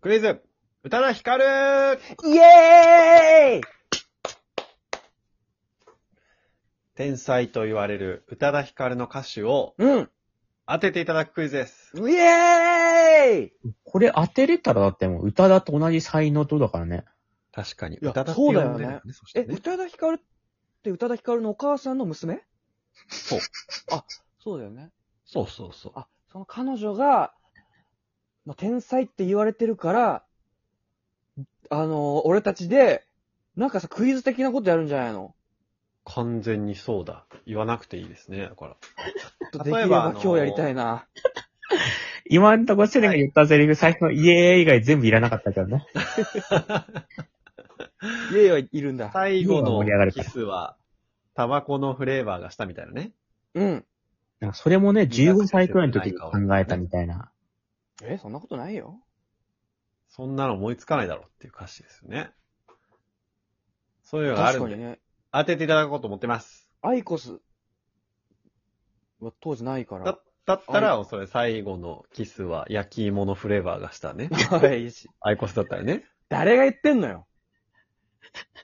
クイズ宇多田ヒカルイエーイ天才と言われる宇多田ヒカルの歌手をうん当てていただくクイズです。イエーイこれ当てれたらだってもう歌だと同じ才能とだからね。確かに。いや宇多田ってそうだ呼んよねでるね。そしてえ、ね宇多田ヒカルって宇多田ヒカルのお母さんの娘そう。あ、そうだよね。そうそうそう。あ、その彼女が、まあ、天才って言われてるから、あのー俺たちで、なんかさ、クイズ的なことやるんじゃないの完全にそうだ。言わなくていいですね。だから。でき例えればば今日やりたいな。今んとこセレンが言ったセリフ、最初のイエーイ以外全部いらなかったけどね。イエーイはいるんだ。最後今はの盛り上がるかキらスは、タバコのフレーバーがしたみたいなね。うん。なんかそれもね、15歳くらいの時に考えたみたいな。え、そんなことないよ。そんなの思いつかないだろうっていう歌詞ですよね。そういうのがあ確るかんで、にね。当てていただこうと思ってます。アイコスは当時ないから。だだったら、それ最後のキスは焼き芋のフレーバーがした ね。 はいしアイコスだったらね。誰が言ってんのよ。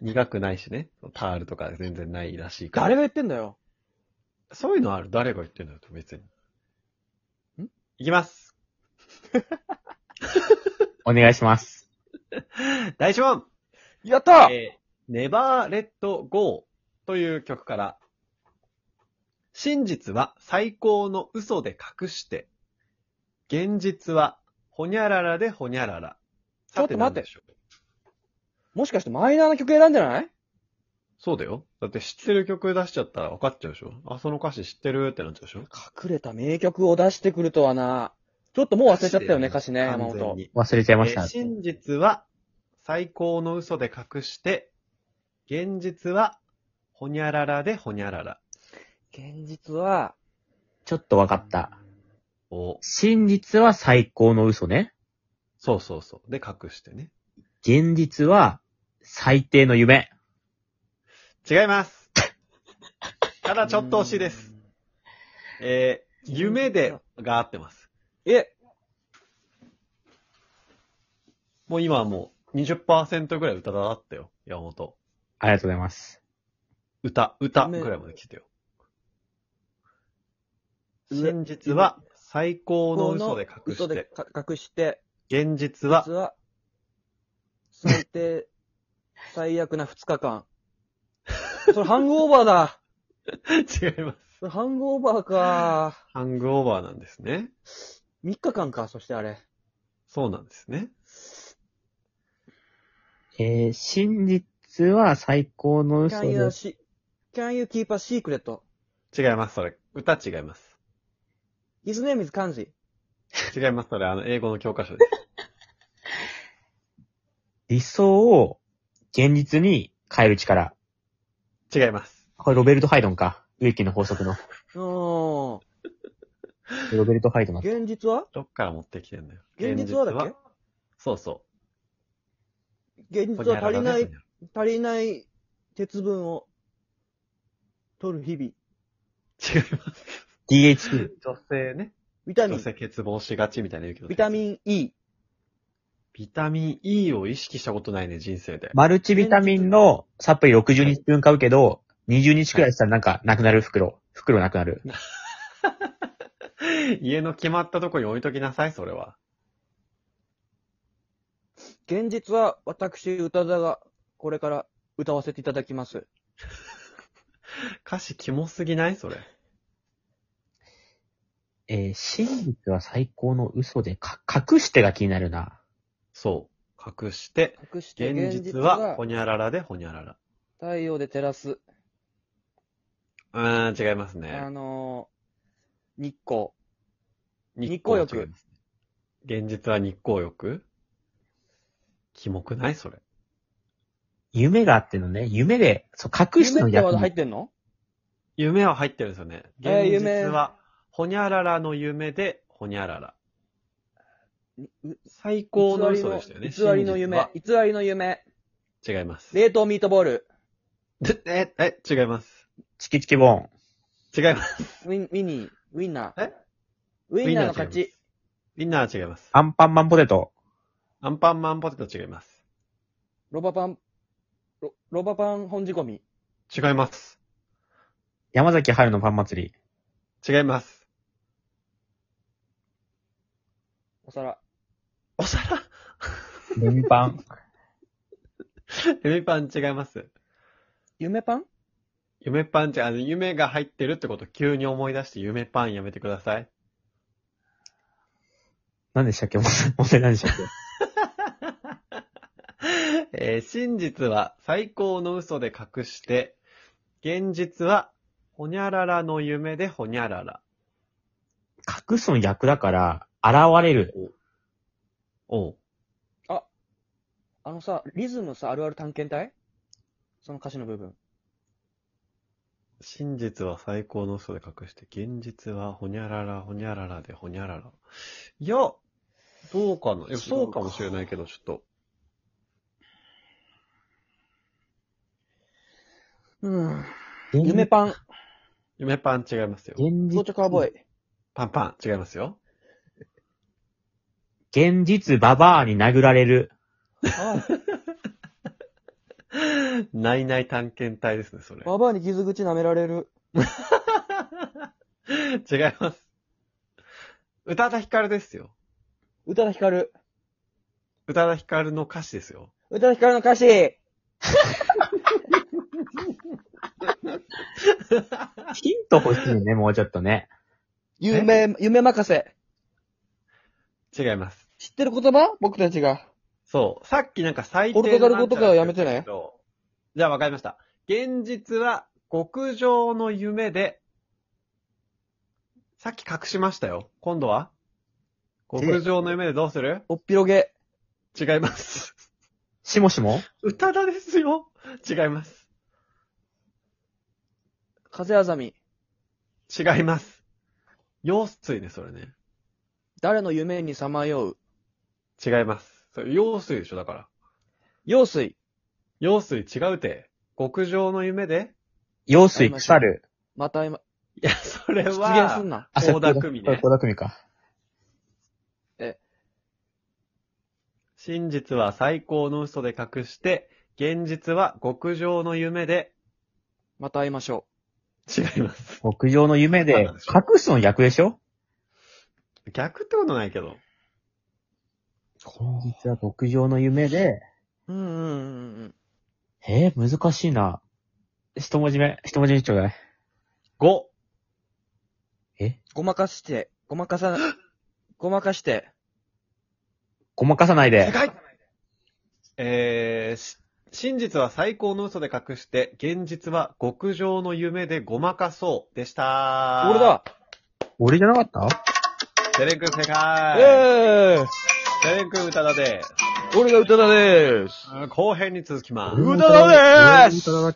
苦くないしね。タールとか全然ないらしいから。誰が言ってんだよ。そういうのある。誰が言ってんだよ、別に。んいきます。お願いします。第一問やったえー、Never Let Go という曲から、真実は最高の嘘で隠して、現実はほにゃららでほにゃらら。ちょっと待っさ何でてしょうもしかしてマイナーな曲選んでないそうだよ。だって知ってる曲出しちゃったら分かっちゃうでしょ。あ、その歌詞知ってるってなっちゃうでしょ。隠れた名曲を出してくるとはな。ちょっともう忘れちゃったよね、歌歌詞詞ね、だよ山完全本。に忘れちゃいましたえー。真実は最高の嘘で隠して、現実はほにゃららでほにゃらら。現実は、ちょっとわかった。お真実は最高の嘘ね。そうそうそう。で隠してね。現実は最低の夢。違います。ただちょっと惜しいです。。えー、夢でが合ってます。え、もう今はもう20%ぐらい歌だったよ。山本。ありがとうございます。歌、歌ぐらいまで来てよ。夢真実は最高の嘘で隠嘘しでて、か隠して、現実は実は、最低、最悪な2日間。それハングオーバーだ。違います。それハングオーバーか。ハングオーバーなんですね。 3日間か、そしてあれ。そうなんですね。えー、真実は最高の嘘 Can you, で see- can you keep a secret? 違います、それ。歌違います。 His name is Kanji. 違います、それ。あの、英語の教科書です。理想を現実に変える力。違います。これロベルト・ハイドンか。植木の法則の。うーん。ロベルト・ハイ ドンだった現実はどっから持ってきてんだよ。現実はだっけそうそ現う。実は足りないほにゃららねほにゃらら足りない鉄分を取る日々。違います。 DHT。女性ね。ビタミ女ン、性欠乏しがちみたいな言うけど。ビタン。ミン E。ビタミン E を意識したことないね、人生で。マルチビタミンのサプリ60日分買うけど、20日くらいしたらなんかなくなる袋。袋なくなる。家の決まったとこに置いときなさい、それは。現実は私、歌田がこれから歌わせていただきます。歌詞キモすぎないそれ。えー真実は最高の嘘で、か、隠してが気になるな。そう。隠して、隠して現現実実ははほにゃららでほにゃらら。太陽で照らす、うーん、違いますねあ。のー、日光。日光浴違いますね。現実は日光浴キモくないそれ。夢があってのね、夢で、そう、隠して夢のっては役入にってんの夢は入ってるんですよね。えー現夢実は、ほにゃららの夢で、ほにゃらら。最高の嘘でしたよね。偽りの夢。偽りの夢。真実は違います。冷凍ミートボール。でえ、え、違います。チキチキボーン。違います。ウィン、ウィニー、ウィンナー。えウィンナーの勝ウィンナー違いま。す。ちウィンナーは違います。アンパンマンポテト。アンパンマンポテト違います。ロバパン、ロロバパン本仕込み。違います。山崎春のパン祭り。違います。お皿。お皿レミパン。夢パン違います。夢パン夢パン違う。あの、夢が入ってるってこと急に思い出して夢パンやめてください。 何でしたっけ問題問題何でしたっけえー真実は最高の嘘で隠して、現実はほにゃららの夢でほにゃらら。隠すの逆だから、現れる。おう。あのさ、リズムさ、あるある探検隊その歌詞の部分。真実は最高の嘘で隠して、現実はほにゃらら、ほにゃららでほにゃらら。いや、どうかな。いやそうかもしれないけど、ちょっと。うん。夢パン、夢パン違いますよ。現ゾウ実、チョカーボーイ。パンパン違いますよ。現実ババアに殴られる。あないない探検隊ですね、それあ、。ババアに傷口舐められる。 違います。宇多田ヒカルですよ。宇多田ヒカル。宇多田ヒカルの歌詞ですよ。宇多田ヒカルの歌詞ヒント欲しいね、もうちょっとね。夢、夢任せ。違います。知ってる言葉僕たちが。そう。さっきなんか最低ポルトガル語とかはやめてなねんちゃらって言ったけどじゃあわかりました。現実は極上の夢で、さっき隠しましたよ。今度は極上の夢でどうするおっぴろげ。違い ます。しもしも宇多田ですよ。違います。風あざみ。違います。用水ね、それね。誰の夢にさまよう。違います。それ用水でしょ、だから。用水。用水違うて。極上の夢で用水腐る。また今、いや、それ出は。現すんな。あそう倖田來未ね倖田來未か。真実は最高の嘘で隠して、現実は極上の夢で、また会いましょ違います。極上の夢で、隠すの逆でしょ逆ってことないけど。現実は極上の夢で、う。うんうんうんうん。えー、難しいな。一文字目、一文字目ちょうだい。 5、ごまかして、ごまか さ、ごまかして、ごまかさない 正で。解えー、し真実は最高の嘘で隠して、現実は極上の夢でごまかそうでした。俺だ俺じゃなかったテレン君正え解えーテレン君歌だで俺が歌だでーす後編に続きます。宇多田でーす俺が宇多田だ